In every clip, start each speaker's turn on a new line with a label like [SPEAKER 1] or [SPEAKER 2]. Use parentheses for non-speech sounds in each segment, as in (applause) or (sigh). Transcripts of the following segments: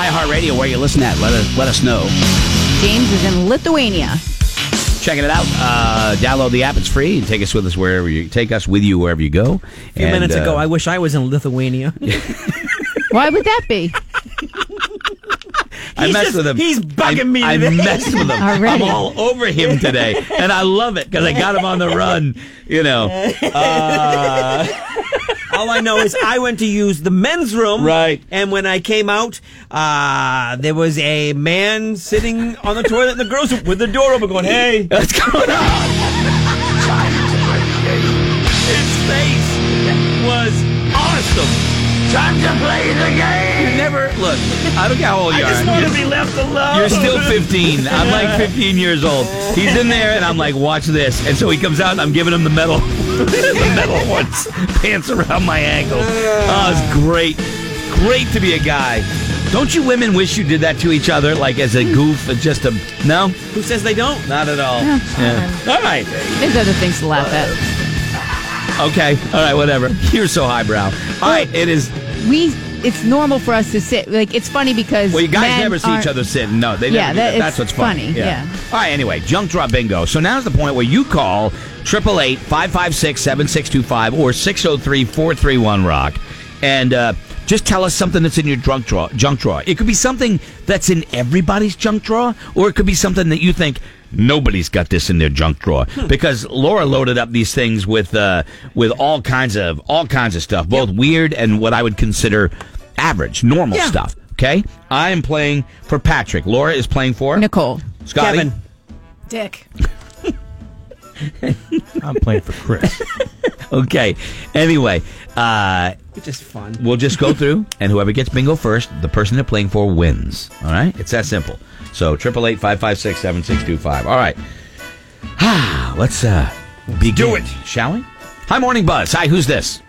[SPEAKER 1] iHeartRadio, where you listen at. Let us, let us know.
[SPEAKER 2] James is in Lithuania.
[SPEAKER 1] Checking it out. Uh, download the app. It's free. And take us with us wherever you take us with you wherever you go.
[SPEAKER 3] A few minutes
[SPEAKER 1] uh,
[SPEAKER 3] ago, I wish I was
[SPEAKER 1] (laughs)
[SPEAKER 3] in Lithuania.
[SPEAKER 2] Why would that be?
[SPEAKER 1] I
[SPEAKER 3] He's
[SPEAKER 1] messed
[SPEAKER 3] just-
[SPEAKER 1] with him.
[SPEAKER 3] he's bugging
[SPEAKER 1] I,
[SPEAKER 3] me
[SPEAKER 1] I
[SPEAKER 3] today.
[SPEAKER 1] messed
[SPEAKER 3] (laughs)
[SPEAKER 1] with him. I'm
[SPEAKER 2] Already.
[SPEAKER 1] all over him today, and I love it because I got him on the run. You
[SPEAKER 3] (laughs)
[SPEAKER 1] know,
[SPEAKER 3] All I know is I went to use the men's room.
[SPEAKER 1] Right.
[SPEAKER 3] And when I came out, uh, there was a man sitting on the toilet in the girls' room with the door open going, hey.
[SPEAKER 1] what's going on?
[SPEAKER 3] His face was awesome.
[SPEAKER 1] Time to play the game. You never look. I don't care how old you are.
[SPEAKER 3] to be left alone.
[SPEAKER 1] You're still 15. I'm (laughs) like 15 years old. He's in there, and I'm like, watch this. And so he comes out, and I'm giving him the medal. (laughs) the medal once. Pants around my ankles. Oh, it's great. Great to be a guy. Don't you women wish you did that to each other, like as a goof, and just a. No?
[SPEAKER 3] Who says they don't?
[SPEAKER 1] Not at all. Yeah. All right.
[SPEAKER 2] There's other things to laugh at.
[SPEAKER 1] Okay. All right, whatever. You're so highbrow. All right, it is.
[SPEAKER 2] We, it's normal for us to sit. Like it's funny because
[SPEAKER 1] Well, you guys
[SPEAKER 2] men
[SPEAKER 1] never see each
[SPEAKER 2] aren't-
[SPEAKER 1] other sitting. No, they never
[SPEAKER 2] Yeah,
[SPEAKER 1] do
[SPEAKER 2] that-
[SPEAKER 1] that. That's
[SPEAKER 2] it's
[SPEAKER 1] what's funny.
[SPEAKER 2] funny, yeah.
[SPEAKER 1] All right, anyway, junk draw bingo. So now's the point where you call 888 556 7625 or 603 431 Rock and uh, just tell us something that's in your drunk draw, junk drawer. It could be something that's in everybody's junk drawer, or it could be something that you think. Nobody's got this in their junk drawer because Laura loaded up these things with uh, with all kinds of all kinds of stuff, both weird and what I would consider average, normal
[SPEAKER 3] Yeah.
[SPEAKER 1] stuff. Okay, I am playing for Patrick. Laura is playing for
[SPEAKER 2] Nicole.
[SPEAKER 1] Scotty.
[SPEAKER 3] Kevin.
[SPEAKER 2] Dick.
[SPEAKER 4] (laughs) I'm playing for Chris.
[SPEAKER 1] (laughs) Okay. Anyway, uh,
[SPEAKER 3] Which is fun.
[SPEAKER 1] we'll just go through, and whoever gets bingo first, the person they're playing for wins. All right, it's that simple. So triple eight five five six seven six two five. All right. (sighs) Ah, let's uh, begin.
[SPEAKER 3] do it.
[SPEAKER 1] shall we? Hi, morning buzz. Hi, who's this?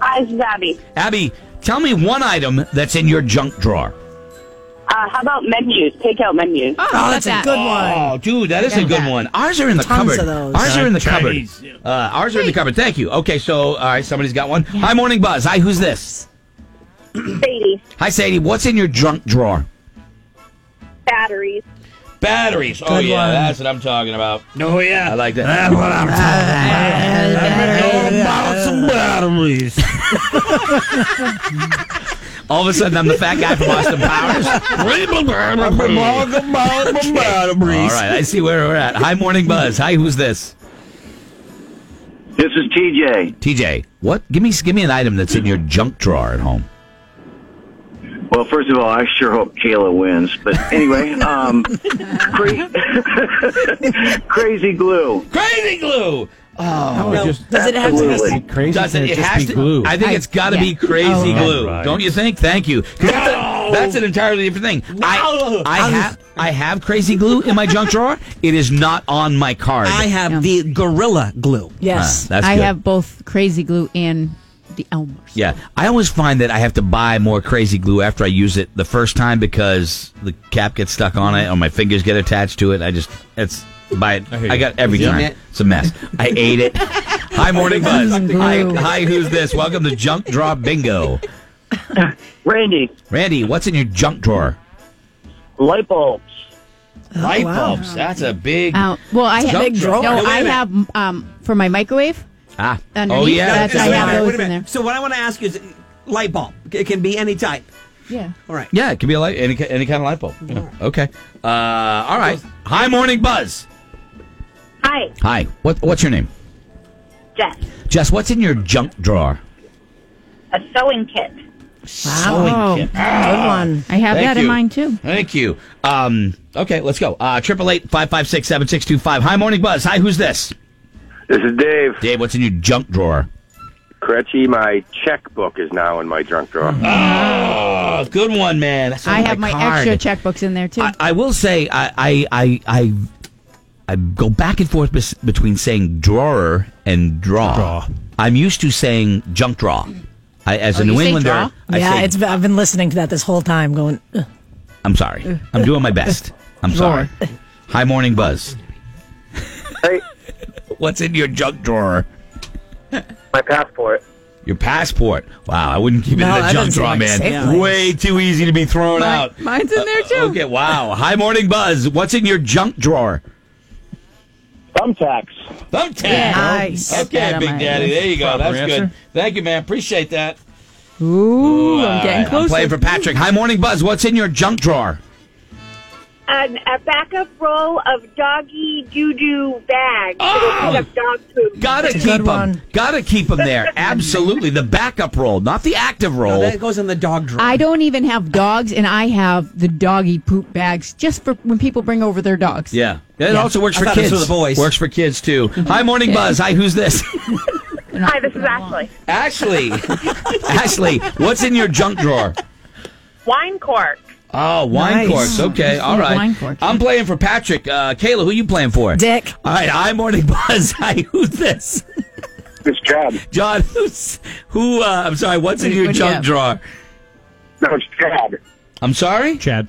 [SPEAKER 5] Hi, this is Abby.
[SPEAKER 1] Abby, tell me one item that's in your junk drawer.
[SPEAKER 5] Uh, how about menus, takeout menus?
[SPEAKER 2] Oh,
[SPEAKER 6] Oh,
[SPEAKER 2] how
[SPEAKER 6] that's a
[SPEAKER 2] about that?
[SPEAKER 6] good one.
[SPEAKER 1] Oh, dude, that is a
[SPEAKER 2] got
[SPEAKER 1] good
[SPEAKER 2] that.
[SPEAKER 1] one. Ours are in the
[SPEAKER 6] Tons
[SPEAKER 1] cupboard.
[SPEAKER 6] of those.
[SPEAKER 1] Ours are in the
[SPEAKER 4] Chinese,
[SPEAKER 1] cupboard. Uh, ours are in the cupboard. Thank you. Okay, so all right, somebody's got one. Hi, morning buzz. Hi, who's this?
[SPEAKER 5] Sadie,
[SPEAKER 1] Hi, Sadie. What's in your junk drawer?
[SPEAKER 5] batteries.
[SPEAKER 1] Batteries. oh
[SPEAKER 4] Good
[SPEAKER 1] yeah,
[SPEAKER 4] one.
[SPEAKER 1] that's what I'm talking about.
[SPEAKER 4] no, yeah.
[SPEAKER 1] I like that.
[SPEAKER 4] That's what I'm talking about. some batteries.
[SPEAKER 1] All of a sudden, I'm the fat guy from Austin
[SPEAKER 4] (laughs)
[SPEAKER 1] Powers. all right, I see where we're at. Hi, morning buzz. Hi, who's this?
[SPEAKER 7] This is TJ.
[SPEAKER 1] TJ. What? Give me give me an item that's in your junk drawer at home.
[SPEAKER 7] Well, first of all, I sure hope Kayla wins. But anyway, um, cra-
[SPEAKER 8] (laughs)
[SPEAKER 7] crazy glue.
[SPEAKER 1] Crazy glue.
[SPEAKER 6] Does it have to
[SPEAKER 7] Absolutely.
[SPEAKER 6] be?
[SPEAKER 4] Crazy.
[SPEAKER 1] Does it,
[SPEAKER 4] can't
[SPEAKER 1] it
[SPEAKER 4] just
[SPEAKER 1] has
[SPEAKER 4] be
[SPEAKER 1] to?
[SPEAKER 4] glue.
[SPEAKER 1] I think
[SPEAKER 2] I-
[SPEAKER 1] it's got to
[SPEAKER 2] yeah.
[SPEAKER 1] be crazy
[SPEAKER 4] Oh.
[SPEAKER 1] glue,
[SPEAKER 4] Right.
[SPEAKER 1] don't you think? Thank you. 'Cause That's, a- that's an entirely different thing. I, I have I have crazy glue in my junk drawer. It is not on my card.
[SPEAKER 3] I have
[SPEAKER 2] Yeah.
[SPEAKER 3] the gorilla glue.
[SPEAKER 6] Yes.
[SPEAKER 1] that's
[SPEAKER 2] I
[SPEAKER 1] good.
[SPEAKER 2] have both crazy glue and the Elmers.
[SPEAKER 1] Yeah, I always find that I have to buy more crazy glue after I use it the first time because the cap gets stuck on it or my fingers get attached to it. I just it's buy it.
[SPEAKER 4] I hear
[SPEAKER 1] I,
[SPEAKER 4] you.
[SPEAKER 1] got every
[SPEAKER 3] Damn
[SPEAKER 1] time.
[SPEAKER 3] it.
[SPEAKER 1] It's a mess. I ate it. Hi, morning buzz.
[SPEAKER 2] Glue.
[SPEAKER 1] Hi, hi, who's this? Welcome to Junk Drawer Bingo.
[SPEAKER 7] (laughs) Randy,
[SPEAKER 1] Randy, what's in your junk drawer?
[SPEAKER 7] light bulbs.
[SPEAKER 2] Oh,
[SPEAKER 1] Light
[SPEAKER 6] wow.
[SPEAKER 1] bulbs. That's a big.
[SPEAKER 2] Uh, well, I have
[SPEAKER 1] Junk drawer.
[SPEAKER 2] No,
[SPEAKER 1] Wait a
[SPEAKER 2] I
[SPEAKER 1] minute.
[SPEAKER 2] have um, for my microwave.
[SPEAKER 1] Ah. Oh
[SPEAKER 2] Underneath
[SPEAKER 1] yeah.
[SPEAKER 2] that,
[SPEAKER 1] that's
[SPEAKER 2] I
[SPEAKER 1] right.
[SPEAKER 2] have
[SPEAKER 3] Wait a
[SPEAKER 2] those
[SPEAKER 3] minute.
[SPEAKER 2] in there.
[SPEAKER 3] So what I want to ask you is, light bulb. It can be any type.
[SPEAKER 2] Yeah.
[SPEAKER 3] All right.
[SPEAKER 1] Yeah, it could be a light, any ki- any kind of light bulb. Yeah. Okay. Uh, all right. Hi, morning buzz.
[SPEAKER 5] Hi,
[SPEAKER 1] Hi. What what's your name?
[SPEAKER 5] Jess.
[SPEAKER 1] Jess, what's in your junk drawer?
[SPEAKER 5] A sewing kit.
[SPEAKER 2] Oh,
[SPEAKER 6] Good one.
[SPEAKER 2] I have
[SPEAKER 1] Thank
[SPEAKER 2] that in
[SPEAKER 1] you.
[SPEAKER 2] mine too.
[SPEAKER 1] Thank you. Um, okay, let's go. Triple eight five five six seven six two five. Hi, morning buzz. Hi, who's this?
[SPEAKER 7] This is Dave.
[SPEAKER 1] Dave, what's in your junk drawer?
[SPEAKER 7] Kretchy, my checkbook is now in my junk drawer.
[SPEAKER 8] Uh,
[SPEAKER 1] Oh, good one, man. That's
[SPEAKER 2] I
[SPEAKER 1] on
[SPEAKER 2] have my
[SPEAKER 1] Oh card.
[SPEAKER 2] extra checkbooks in there too.
[SPEAKER 1] I, I will say, I, I, I, I, I go back and forth bes- between saying drawer and draw.
[SPEAKER 4] Draw.
[SPEAKER 1] I'm used to saying junk draw. I, as
[SPEAKER 2] Oh,
[SPEAKER 1] a
[SPEAKER 2] you
[SPEAKER 1] New
[SPEAKER 2] say
[SPEAKER 1] Englander,
[SPEAKER 2] draw?
[SPEAKER 1] I
[SPEAKER 6] yeah,
[SPEAKER 1] say,
[SPEAKER 6] it's. I've been listening to that this whole time. Going. "Ugh."
[SPEAKER 1] I'm sorry. I'm doing my best. I'm sorry. Hi, morning buzz.
[SPEAKER 7] Hey,
[SPEAKER 1] What's in your junk drawer?
[SPEAKER 7] my passport.
[SPEAKER 1] Your passport. Wow, I wouldn't keep it
[SPEAKER 6] No,
[SPEAKER 1] in the
[SPEAKER 6] that
[SPEAKER 1] junk
[SPEAKER 6] doesn't
[SPEAKER 1] drawer,
[SPEAKER 6] seem like
[SPEAKER 1] man.
[SPEAKER 6] safe place.
[SPEAKER 1] Way too easy to be thrown
[SPEAKER 2] Mine-
[SPEAKER 1] out.
[SPEAKER 2] mine's in there, too.
[SPEAKER 1] uh, Okay, wow. Hi, Morning Buzz. What's in your junk drawer?
[SPEAKER 8] Thumbtacks.
[SPEAKER 1] Thumbtack.
[SPEAKER 6] Nice.
[SPEAKER 1] Oh, Okay,
[SPEAKER 2] That
[SPEAKER 1] Big
[SPEAKER 2] might-
[SPEAKER 1] Daddy. There you go.
[SPEAKER 4] Proper
[SPEAKER 1] That's good.
[SPEAKER 4] answer.
[SPEAKER 1] Thank you, man. Appreciate that.
[SPEAKER 2] Ooh,
[SPEAKER 1] All
[SPEAKER 2] I'm getting
[SPEAKER 1] right,
[SPEAKER 2] closer.
[SPEAKER 1] I'm playing for Patrick. Hi, Morning Buzz. What's in your junk drawer?
[SPEAKER 5] An, Um, a backup roll of doggy doo doo bags. Oh! Up dog food.
[SPEAKER 1] Gotta
[SPEAKER 6] That's a
[SPEAKER 1] keep
[SPEAKER 6] good
[SPEAKER 1] them.
[SPEAKER 6] one.
[SPEAKER 1] Gotta keep them
[SPEAKER 6] (laughs)
[SPEAKER 1] there. Absolutely. The backup roll, not the active roll.
[SPEAKER 3] No, that goes in the dog drawer.
[SPEAKER 2] I don't even have dogs, and I have the doggy poop bags just for when people bring over their dogs.
[SPEAKER 1] yeah. It also works
[SPEAKER 3] I
[SPEAKER 1] for
[SPEAKER 3] thought it was
[SPEAKER 1] kids.
[SPEAKER 3] for the boys.
[SPEAKER 1] Works for kids too. Hi, Morning Buzz. Hi, who's this?
[SPEAKER 3] (laughs)
[SPEAKER 5] Hi, this is Ashley.
[SPEAKER 1] Ashley. (laughs) Ashley, what's in your junk drawer?
[SPEAKER 5] Wine cork.
[SPEAKER 1] Oh, wine
[SPEAKER 6] Nice.
[SPEAKER 1] corks. Okay, all right.
[SPEAKER 2] Wine corks.
[SPEAKER 1] I'm playing for Patrick. Uh, Kayla, who you playing for?
[SPEAKER 6] Dick.
[SPEAKER 1] All right. Hi, Morning Buzz. (laughs) Hi, who's this?
[SPEAKER 8] This job.
[SPEAKER 1] John, who's who? Uh, I'm sorry. What's in
[SPEAKER 2] What-
[SPEAKER 1] your
[SPEAKER 2] what do you
[SPEAKER 1] junk
[SPEAKER 2] have?
[SPEAKER 1] drawer?
[SPEAKER 8] No, it's Chad.
[SPEAKER 1] I'm sorry.
[SPEAKER 4] Chad.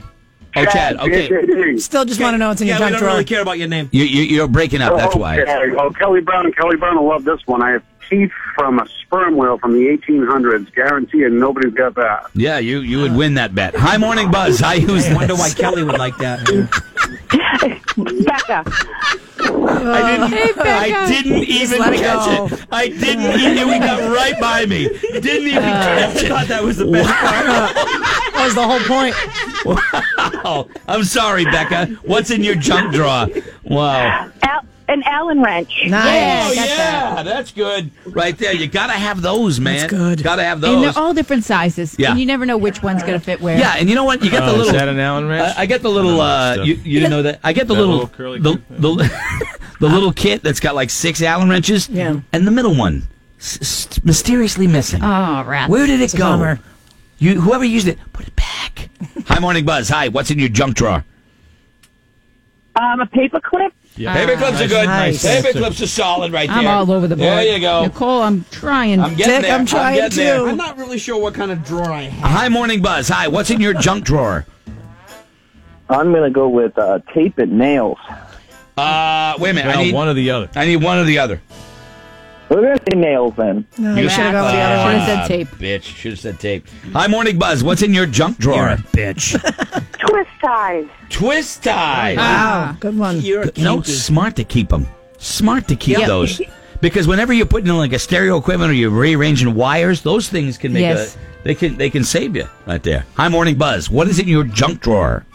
[SPEAKER 1] Oh, Chad. Okay.
[SPEAKER 6] Still just want to know what's in
[SPEAKER 3] yeah,
[SPEAKER 6] your
[SPEAKER 3] we
[SPEAKER 6] junk
[SPEAKER 3] don't
[SPEAKER 6] drawer.
[SPEAKER 3] really care about your name.
[SPEAKER 1] You, you, you're breaking up. That's why.
[SPEAKER 8] Okay. Oh, Kelly Brown. Kelly Brown will love this one. I have teeth from a sperm whale from the 1800s. Guarantee and nobody's got that.
[SPEAKER 1] Yeah, you you would win that bet. Hi, morning buzz. Hi, who's
[SPEAKER 3] I wonder why Kelly would like
[SPEAKER 2] (laughs)
[SPEAKER 3] that.
[SPEAKER 5] Becca.
[SPEAKER 1] I didn't. I
[SPEAKER 2] Becca.
[SPEAKER 1] didn't even
[SPEAKER 6] let it
[SPEAKER 1] catch
[SPEAKER 6] go.
[SPEAKER 1] it. I didn't. even we got right by me. Didn't even
[SPEAKER 6] Uh.
[SPEAKER 1] catch it.
[SPEAKER 3] thought that was the best
[SPEAKER 6] That was the whole point.
[SPEAKER 3] (laughs)
[SPEAKER 1] Wow. I'm sorry, Becca. What's in your junk drawer? Wow.
[SPEAKER 5] Al- an Allen wrench.
[SPEAKER 6] Nice.
[SPEAKER 1] Oh yeah, that's good. Right there. You gotta have those, man.
[SPEAKER 6] That's good.
[SPEAKER 1] Gotta have
[SPEAKER 2] And
[SPEAKER 1] those.
[SPEAKER 2] they're all different sizes,
[SPEAKER 1] Yeah.
[SPEAKER 2] and you never know which one's going to fit where.
[SPEAKER 1] yeah, and you know what? You got the
[SPEAKER 4] Oh,
[SPEAKER 1] little.
[SPEAKER 4] Is that an Allen wrench?
[SPEAKER 1] I, I get the little. Uh, you, you didn't know that. I get the
[SPEAKER 4] That
[SPEAKER 1] little,
[SPEAKER 4] little curly
[SPEAKER 1] the,
[SPEAKER 4] kid
[SPEAKER 1] the, the (laughs) little kit that's got like six Allen wrenches.
[SPEAKER 6] Yeah.
[SPEAKER 1] And the middle one, s- s- mysteriously missing.
[SPEAKER 2] Oh, rats.
[SPEAKER 1] Where did it
[SPEAKER 6] a
[SPEAKER 1] go?
[SPEAKER 6] bummer.
[SPEAKER 1] You whoever used it, put it
[SPEAKER 6] (laughs)
[SPEAKER 1] back. Hi, morning buzz. Hi, what's in your junk drawer?
[SPEAKER 5] Um, a paper clip.
[SPEAKER 4] yeah. Ah,
[SPEAKER 1] Paper clips are good.
[SPEAKER 6] Nice.
[SPEAKER 1] Paper clips are solid right there.
[SPEAKER 2] I'm all over the board.
[SPEAKER 1] There you go.
[SPEAKER 2] Nicole, I'm trying.
[SPEAKER 1] I'm getting
[SPEAKER 6] Dick,
[SPEAKER 1] there.
[SPEAKER 6] I'm trying
[SPEAKER 1] getting there.
[SPEAKER 6] to.
[SPEAKER 3] I'm not really sure what kind of drawer I have.
[SPEAKER 1] Hi, morning buzz. Hi, what's in your junk drawer?
[SPEAKER 8] I'm gonna go with uh, tape and nails.
[SPEAKER 1] Uh, wait a minute.
[SPEAKER 4] Well,
[SPEAKER 1] I need
[SPEAKER 4] one or the other.
[SPEAKER 1] I need one or the other.
[SPEAKER 8] We're gonna say nails then.
[SPEAKER 6] No, you should have gone with the other
[SPEAKER 1] Ah,
[SPEAKER 2] Should
[SPEAKER 6] one.
[SPEAKER 2] have said tape.
[SPEAKER 1] Bitch, should have said tape. Hi, morning buzz. What's in your junk drawer?
[SPEAKER 4] bitch.
[SPEAKER 5] Twist ties.
[SPEAKER 1] Twist ties.
[SPEAKER 2] Ah,
[SPEAKER 6] Wow, good one.
[SPEAKER 3] You're a
[SPEAKER 1] no,
[SPEAKER 3] kinky.
[SPEAKER 1] Ah, smart to keep them. Smart to keep
[SPEAKER 6] Yeah.
[SPEAKER 1] (laughs) those. Because whenever you're putting in like a stereo equipment or you're rearranging wires, those things can make
[SPEAKER 2] Yes.
[SPEAKER 1] a they can they can save you right there. Hi, morning buzz. What is in your junk drawer?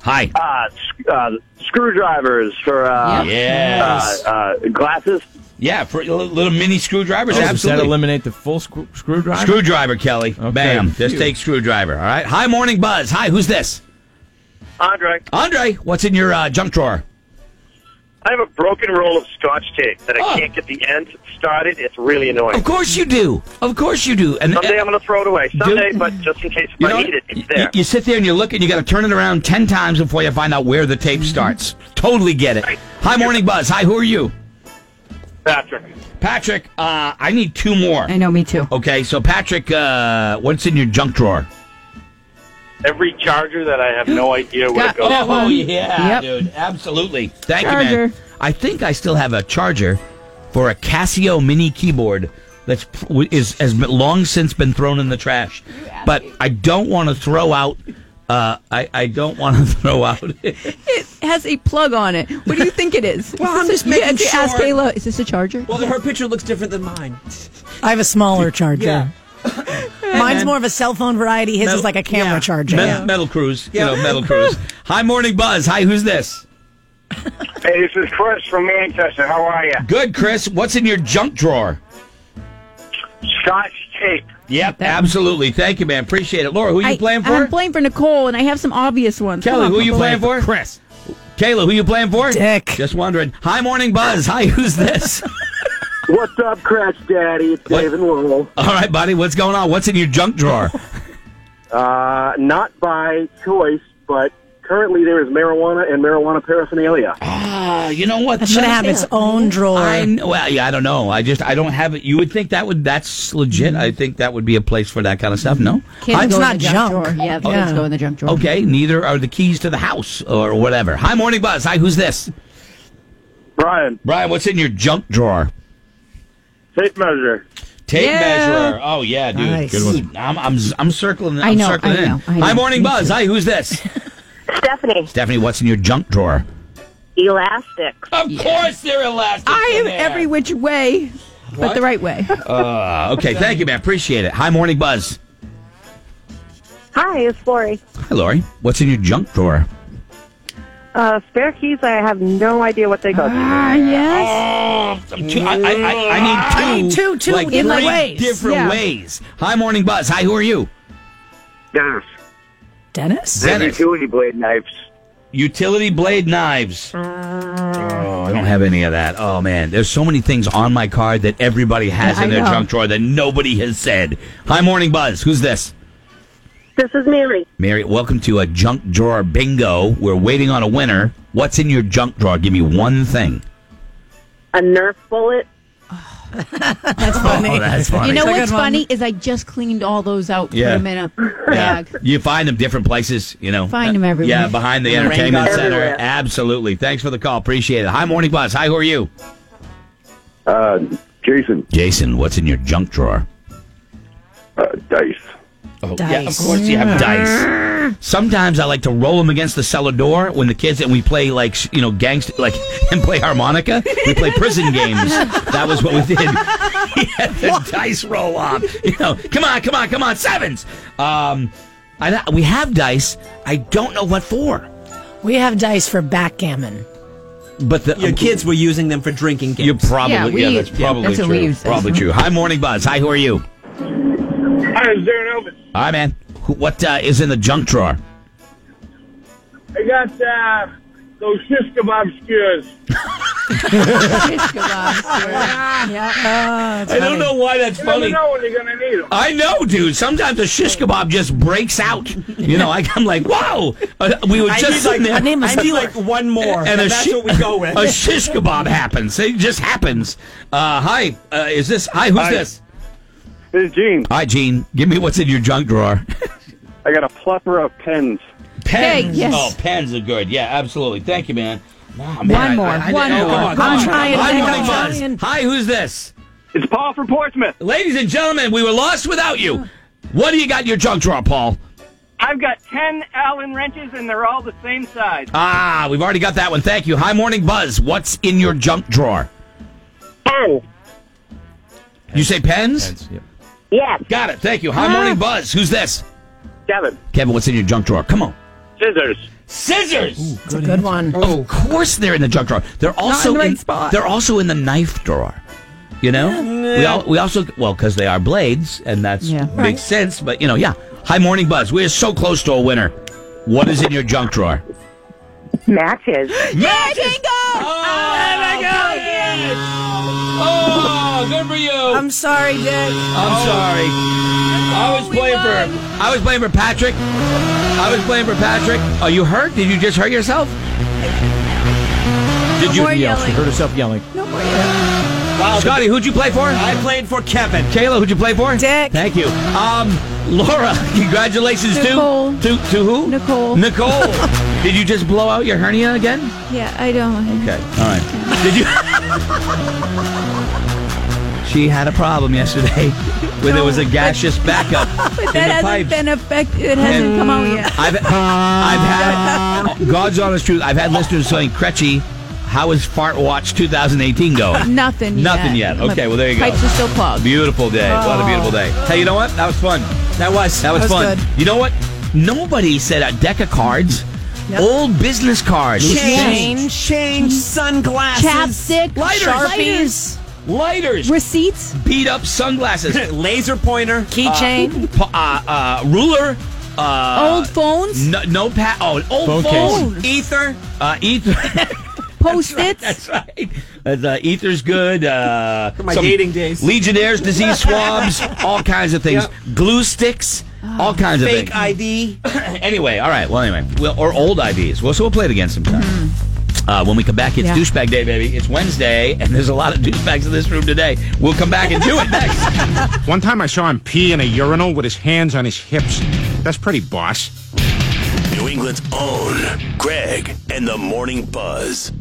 [SPEAKER 1] Hi.
[SPEAKER 4] Ah.
[SPEAKER 8] Uh, sc- uh, screwdrivers for uh, uh,
[SPEAKER 1] yes.
[SPEAKER 8] uh, glasses.
[SPEAKER 1] yeah, for little, little mini screwdrivers.
[SPEAKER 4] Oh, does that
[SPEAKER 1] absolutely.
[SPEAKER 4] eliminate the full screw- screwdriver?
[SPEAKER 1] screwdriver, Kelly.
[SPEAKER 4] Okay.
[SPEAKER 1] Bam. Just
[SPEAKER 4] Phew.
[SPEAKER 1] take screwdriver. All right. Hi, morning buzz. Hi, who's this?
[SPEAKER 8] Andre,
[SPEAKER 1] Andre, what's in your uh, junk drawer?
[SPEAKER 8] I have a broken roll of scotch tape that I
[SPEAKER 1] Oh.
[SPEAKER 8] can't get the end started. It's really annoying.
[SPEAKER 1] Of course you do. Of course you do. And
[SPEAKER 8] Someday I'm gonna throw it away. Someday, but just in case if I
[SPEAKER 1] know,
[SPEAKER 8] need it, it's
[SPEAKER 1] y-
[SPEAKER 8] there.
[SPEAKER 1] y- You, sit there and you look and you got to turn it around 10 times before you find out where the tape starts. Totally get it. Hi, Morning Buzz. Hi, who are you?
[SPEAKER 8] Patrick,
[SPEAKER 1] Patrick, uh, I need two more.
[SPEAKER 2] I know, me too.
[SPEAKER 1] Okay, so Patrick, uh, what's in your junk drawer?
[SPEAKER 8] every charger that I have no idea where
[SPEAKER 2] Got-
[SPEAKER 8] to go.
[SPEAKER 2] That one. Yep.
[SPEAKER 1] Oh, dude. Absolutely. Thank you, man.
[SPEAKER 2] Charger.
[SPEAKER 1] I think I still have a charger for a Casio mini keyboard that's is has been, long since been thrown in the trash. But I don't want to throw out. Uh, I, I don't want to (laughs) throw
[SPEAKER 2] (laughs)
[SPEAKER 1] out.
[SPEAKER 2] It has a plug on it. What do you think
[SPEAKER 1] (laughs)
[SPEAKER 2] it is?
[SPEAKER 3] Well,
[SPEAKER 2] Is
[SPEAKER 3] I'm
[SPEAKER 2] this
[SPEAKER 3] just
[SPEAKER 2] a-
[SPEAKER 3] making
[SPEAKER 2] yeah, Ask
[SPEAKER 3] sure.
[SPEAKER 2] Kayla, is this a charger?
[SPEAKER 3] Well, her picture looks different than mine.
[SPEAKER 6] I have a smaller charger.
[SPEAKER 3] Yeah.
[SPEAKER 6] Mine's more of a cell phone variety. His
[SPEAKER 1] Metal-
[SPEAKER 6] is like a camera
[SPEAKER 3] yeah.
[SPEAKER 6] charger.
[SPEAKER 1] Metal,
[SPEAKER 6] Yeah.
[SPEAKER 1] metal Cruise.
[SPEAKER 3] Yeah.
[SPEAKER 1] You know, Metal
[SPEAKER 2] (laughs)
[SPEAKER 1] Cruise. Hi, Morning Buzz. Hi, who's this?
[SPEAKER 8] Hey, this is Chris from Manchester. How are you?
[SPEAKER 1] Good, Chris. What's in your junk drawer?
[SPEAKER 8] Scotch tape.
[SPEAKER 1] Yep, absolutely. Thank you, man. Appreciate it. Laura, who you
[SPEAKER 2] I,
[SPEAKER 1] playing for?
[SPEAKER 2] I'm playing for Nicole, and I have some obvious ones. Come
[SPEAKER 1] Kelly,
[SPEAKER 2] on,
[SPEAKER 1] who you
[SPEAKER 2] Nicole.
[SPEAKER 1] playing for? Chris. Kayla, who you playing for?
[SPEAKER 6] Dick.
[SPEAKER 1] Just wondering. Hi, Morning Buzz. Hi, who's
[SPEAKER 2] (laughs)
[SPEAKER 1] this?
[SPEAKER 8] What's up, Crash Daddy? It's
[SPEAKER 1] What?
[SPEAKER 8] David Lowell.
[SPEAKER 1] All right, buddy. What's going on? What's in your junk drawer?
[SPEAKER 8] Uh, not by choice, but currently there is marijuana and marijuana paraphernalia.
[SPEAKER 1] Ah, you know what?
[SPEAKER 6] That should have its
[SPEAKER 2] Oh.
[SPEAKER 6] own drawer.
[SPEAKER 1] I kn- well, yeah, I don't know. I just I don't have it. You would think that would that's legit. I think that would be a place for that kind of stuff. No,
[SPEAKER 2] Kids
[SPEAKER 1] Hi-
[SPEAKER 2] go
[SPEAKER 6] It's
[SPEAKER 2] in
[SPEAKER 6] not
[SPEAKER 2] the junk,
[SPEAKER 6] junk.
[SPEAKER 2] drawer. Yeah, the kids
[SPEAKER 6] Yeah.
[SPEAKER 2] go in the junk drawer.
[SPEAKER 1] Okay, neither are the keys to the house or whatever. Hi, Morning Buzz. Hi, who's this?
[SPEAKER 8] Brian,
[SPEAKER 1] Brian, what's in your junk drawer?
[SPEAKER 8] Tape measure.
[SPEAKER 1] Tape
[SPEAKER 2] Yeah.
[SPEAKER 1] measurer. Oh yeah, dude.
[SPEAKER 6] Nice.
[SPEAKER 1] Good one. I'm, I'm I'm circling. I'm
[SPEAKER 2] I know,
[SPEAKER 1] Circling
[SPEAKER 2] I know,
[SPEAKER 1] in.
[SPEAKER 2] I know.
[SPEAKER 1] Hi, morning
[SPEAKER 2] Me
[SPEAKER 1] buzz. Hi, who's
[SPEAKER 2] (laughs)
[SPEAKER 1] this?
[SPEAKER 5] Stephanie,
[SPEAKER 1] Stephanie, what's in your junk drawer?
[SPEAKER 5] elastics.
[SPEAKER 1] Of course, they're elastic.
[SPEAKER 2] I am every which way, but the
[SPEAKER 1] (laughs)
[SPEAKER 2] right way.
[SPEAKER 1] Uh, okay, thank you, man. Appreciate it. Hi, morning buzz.
[SPEAKER 5] Hi, it's Lori.
[SPEAKER 1] Hi, Lori. What's in your junk drawer?
[SPEAKER 5] Uh, spare keys, I have no idea what they go to.
[SPEAKER 2] Ah, yes.
[SPEAKER 1] Oh, two, I, I, I, I need two.
[SPEAKER 6] need two, two
[SPEAKER 1] like
[SPEAKER 6] different
[SPEAKER 1] three
[SPEAKER 6] ways.
[SPEAKER 1] Different
[SPEAKER 2] Yeah.
[SPEAKER 1] ways. Hi, morning buzz. Hi, who are you?
[SPEAKER 7] Dennis.
[SPEAKER 6] Dennis?
[SPEAKER 7] They're
[SPEAKER 1] Dennis.
[SPEAKER 7] Utility blade knives.
[SPEAKER 1] Utility blade knives. Oh, I don't have any of that. Oh man, there's so many things on my card that everybody has
[SPEAKER 2] Yeah,
[SPEAKER 1] in
[SPEAKER 2] I
[SPEAKER 1] their
[SPEAKER 2] know.
[SPEAKER 1] junk drawer that nobody has said. Hi, morning buzz. Who's this?
[SPEAKER 5] This is Mary.
[SPEAKER 1] Mary, welcome to a junk drawer bingo. We're waiting on a winner. What's in your junk drawer? Give me one thing.
[SPEAKER 5] A Nerf bullet.
[SPEAKER 6] That's funny.
[SPEAKER 1] Oh, that's funny.
[SPEAKER 2] You know
[SPEAKER 6] It's a
[SPEAKER 2] what's
[SPEAKER 6] good one.
[SPEAKER 2] funny is I just cleaned all those out,
[SPEAKER 1] Yeah.
[SPEAKER 2] put them in a bag. (laughs)
[SPEAKER 1] You find them different places, you know.
[SPEAKER 2] Find 'em everywhere.
[SPEAKER 1] Yeah, behind the
[SPEAKER 3] In the rain
[SPEAKER 1] entertainment
[SPEAKER 3] garden.
[SPEAKER 1] center.
[SPEAKER 5] Everywhere.
[SPEAKER 1] Absolutely. Thanks for the call. Appreciate it. Hi, morning buzz. Hi, who are you?
[SPEAKER 8] Uh, Jason,
[SPEAKER 1] Jason, what's in your junk drawer?
[SPEAKER 8] uh, dice.
[SPEAKER 1] Oh, yeah, of
[SPEAKER 6] Dice.
[SPEAKER 1] course you have dice. Sometimes I like to roll them against the cellar door when the kids and we play like sh- you know gangster like (laughs) and play harmonica. We play (laughs) prison games. That was what we did. (laughs) yeah, the dice roll off. You know, come on, come on, come on, sevens. Um, I, we have dice. I don't know what for.
[SPEAKER 6] We have dice for backgammon.
[SPEAKER 1] But the um,
[SPEAKER 3] Your kids were using them for drinking games.
[SPEAKER 1] You're (laughs) probably
[SPEAKER 2] Yeah,
[SPEAKER 1] yeah,
[SPEAKER 2] we
[SPEAKER 1] that's
[SPEAKER 2] use-
[SPEAKER 1] probably
[SPEAKER 2] that's
[SPEAKER 1] true.
[SPEAKER 2] what we use.
[SPEAKER 1] probably true. Hi, morning buzz. Hi, who are you?
[SPEAKER 8] Hi, it's Darren Elvis.
[SPEAKER 1] Hi, man. Who, what uh, is in the junk drawer?
[SPEAKER 8] I got uh, those shish kebab skewers.
[SPEAKER 2] Shish kebabs. yeah.
[SPEAKER 1] I don't know why that's funny.
[SPEAKER 8] when you're going to need them.
[SPEAKER 1] I know, dude. Sometimes a shish kebab just breaks out. You know, I, I'm like, whoa. Uh, we were
[SPEAKER 3] I
[SPEAKER 1] just
[SPEAKER 3] need
[SPEAKER 1] sitting
[SPEAKER 3] like,
[SPEAKER 1] there.
[SPEAKER 3] I need like one more, and, that's
[SPEAKER 1] shi-
[SPEAKER 3] what we go with.
[SPEAKER 1] (laughs) a shish kebab happens. It just happens. Uh, hi, uh, is this? Hi, who's
[SPEAKER 8] Hi.
[SPEAKER 1] this?
[SPEAKER 8] This is Gene.
[SPEAKER 1] Hi, Gene. Give me what's in your junk drawer.
[SPEAKER 8] I got a plethora of pens.
[SPEAKER 1] Pens.
[SPEAKER 2] Hey, yes.
[SPEAKER 1] Oh, pens are good. Yeah, absolutely. Thank you, man. Wow,
[SPEAKER 2] One more, one more.
[SPEAKER 1] come on, come
[SPEAKER 2] I'm
[SPEAKER 1] on.
[SPEAKER 2] trying,
[SPEAKER 1] Hi,
[SPEAKER 2] I'm
[SPEAKER 1] morning buzz.
[SPEAKER 6] trying.
[SPEAKER 1] Hi, who's this?
[SPEAKER 8] It's Paul from Portsmouth.
[SPEAKER 1] Ladies and gentlemen, we were lost without you. What do you got in your junk drawer, Paul?
[SPEAKER 8] I've got 10 Allen wrenches, and they're all the same size.
[SPEAKER 1] Ah, we've already got that one. Thank you. Hi, morning buzz. What's in your junk drawer?
[SPEAKER 5] Ten.
[SPEAKER 1] You say pens?
[SPEAKER 5] Yes.
[SPEAKER 1] Got it. Thank you. Hi, morning buzz. Who's this?
[SPEAKER 8] Ah. Kevin,
[SPEAKER 1] Kevin, what's in your junk drawer? Come on.
[SPEAKER 8] scissors.
[SPEAKER 1] Scissors.
[SPEAKER 6] It's a good one.
[SPEAKER 3] Oh.
[SPEAKER 1] Of course, they're in the junk drawer. They're also
[SPEAKER 2] in the right
[SPEAKER 1] in,
[SPEAKER 2] spot.
[SPEAKER 1] they're also in the knife drawer. You know, we, all, we also well because they are blades, and that's
[SPEAKER 2] Yeah.
[SPEAKER 1] makes sense. But you know, yeah. Hi, morning buzz. We're so close to a winner. What is in your junk drawer?
[SPEAKER 5] Matches.
[SPEAKER 1] Magic!
[SPEAKER 2] Oh,
[SPEAKER 1] Oh, good for you.
[SPEAKER 6] I'm sorry, Dick.
[SPEAKER 1] I'm sorry. Oh. I
[SPEAKER 2] Oh,
[SPEAKER 1] was playing for I was playing for Patrick. I was playing for Patrick. Are you hurt? Did you just hurt yourself? Did you?
[SPEAKER 2] more yelling.
[SPEAKER 1] herself yelling.
[SPEAKER 2] No more yelling.
[SPEAKER 1] Wow, Scotty, who'd you play for?
[SPEAKER 3] I played for Kevin.
[SPEAKER 1] Kayla, who'd you play for?
[SPEAKER 6] Dick.
[SPEAKER 1] Thank you. Um, Laura, (laughs) congratulations
[SPEAKER 2] Nicole.
[SPEAKER 1] to to to who?
[SPEAKER 2] Nicole. (laughs)
[SPEAKER 1] Nicole. Did you just blow out your hernia again?
[SPEAKER 2] Yeah, I don't.
[SPEAKER 1] Okay. All right. Did you? (laughs) she had a problem yesterday (laughs) where there was a gaseous backup
[SPEAKER 2] (laughs)
[SPEAKER 1] in the
[SPEAKER 2] That hasn't
[SPEAKER 1] pipes.
[SPEAKER 2] been affected. It hasn't
[SPEAKER 1] Mm.
[SPEAKER 2] come out yet.
[SPEAKER 1] I've, I've had
[SPEAKER 2] (laughs)
[SPEAKER 1] God's honest truth. I've had listeners saying, "Cretchy, how is Fart Watch 2018
[SPEAKER 2] (laughs)
[SPEAKER 1] going?"
[SPEAKER 2] Nothing.
[SPEAKER 1] Nothing yet.
[SPEAKER 2] My
[SPEAKER 1] Okay, well, there you go.
[SPEAKER 2] Pipes are still plugged.
[SPEAKER 1] Beautiful day. What a beautiful day. Hey, you know what? That was fun.
[SPEAKER 3] That was
[SPEAKER 1] That was,
[SPEAKER 6] That was
[SPEAKER 1] fun.
[SPEAKER 6] good.
[SPEAKER 1] You know what? Nobody said a deck of cards. Old business cards.
[SPEAKER 3] change, change, sunglasses,
[SPEAKER 2] Chapstick,
[SPEAKER 1] Lighters.
[SPEAKER 2] sharpies,
[SPEAKER 1] Lighters.
[SPEAKER 2] receipts.
[SPEAKER 1] Beat up sunglasses.
[SPEAKER 3] (laughs) laser pointer,
[SPEAKER 6] Keychain.
[SPEAKER 1] pa- uh, uh, ruler. Uh,
[SPEAKER 2] old phones,
[SPEAKER 1] No, no pad. Oh, an old
[SPEAKER 4] Phone
[SPEAKER 1] phone.
[SPEAKER 3] ether.
[SPEAKER 1] Uh, ether. (laughs)
[SPEAKER 2] post-its.
[SPEAKER 1] That's right. That's, uh, ether's good.
[SPEAKER 3] (laughs)
[SPEAKER 1] Uh,
[SPEAKER 3] my
[SPEAKER 1] some
[SPEAKER 3] dating days.
[SPEAKER 1] Legionnaires
[SPEAKER 3] (laughs)
[SPEAKER 1] disease swabs. all kinds of things. Glue sticks. All kinds of
[SPEAKER 3] Fake
[SPEAKER 1] things.
[SPEAKER 3] ID.
[SPEAKER 1] anyway, all right. Well, anyway, we'll, or old IVs. Well, so we'll play it again sometime. Uh, when we come back, it's
[SPEAKER 2] Yeah.
[SPEAKER 1] douchebag day, baby. It's Wednesday, and there's a lot of douchebags in this room today. We'll come back and do it next.
[SPEAKER 9] One time I saw him pee in a urinal with his hands on his hips. That's pretty boss.
[SPEAKER 10] New England's own Greg and the Morning Buzz.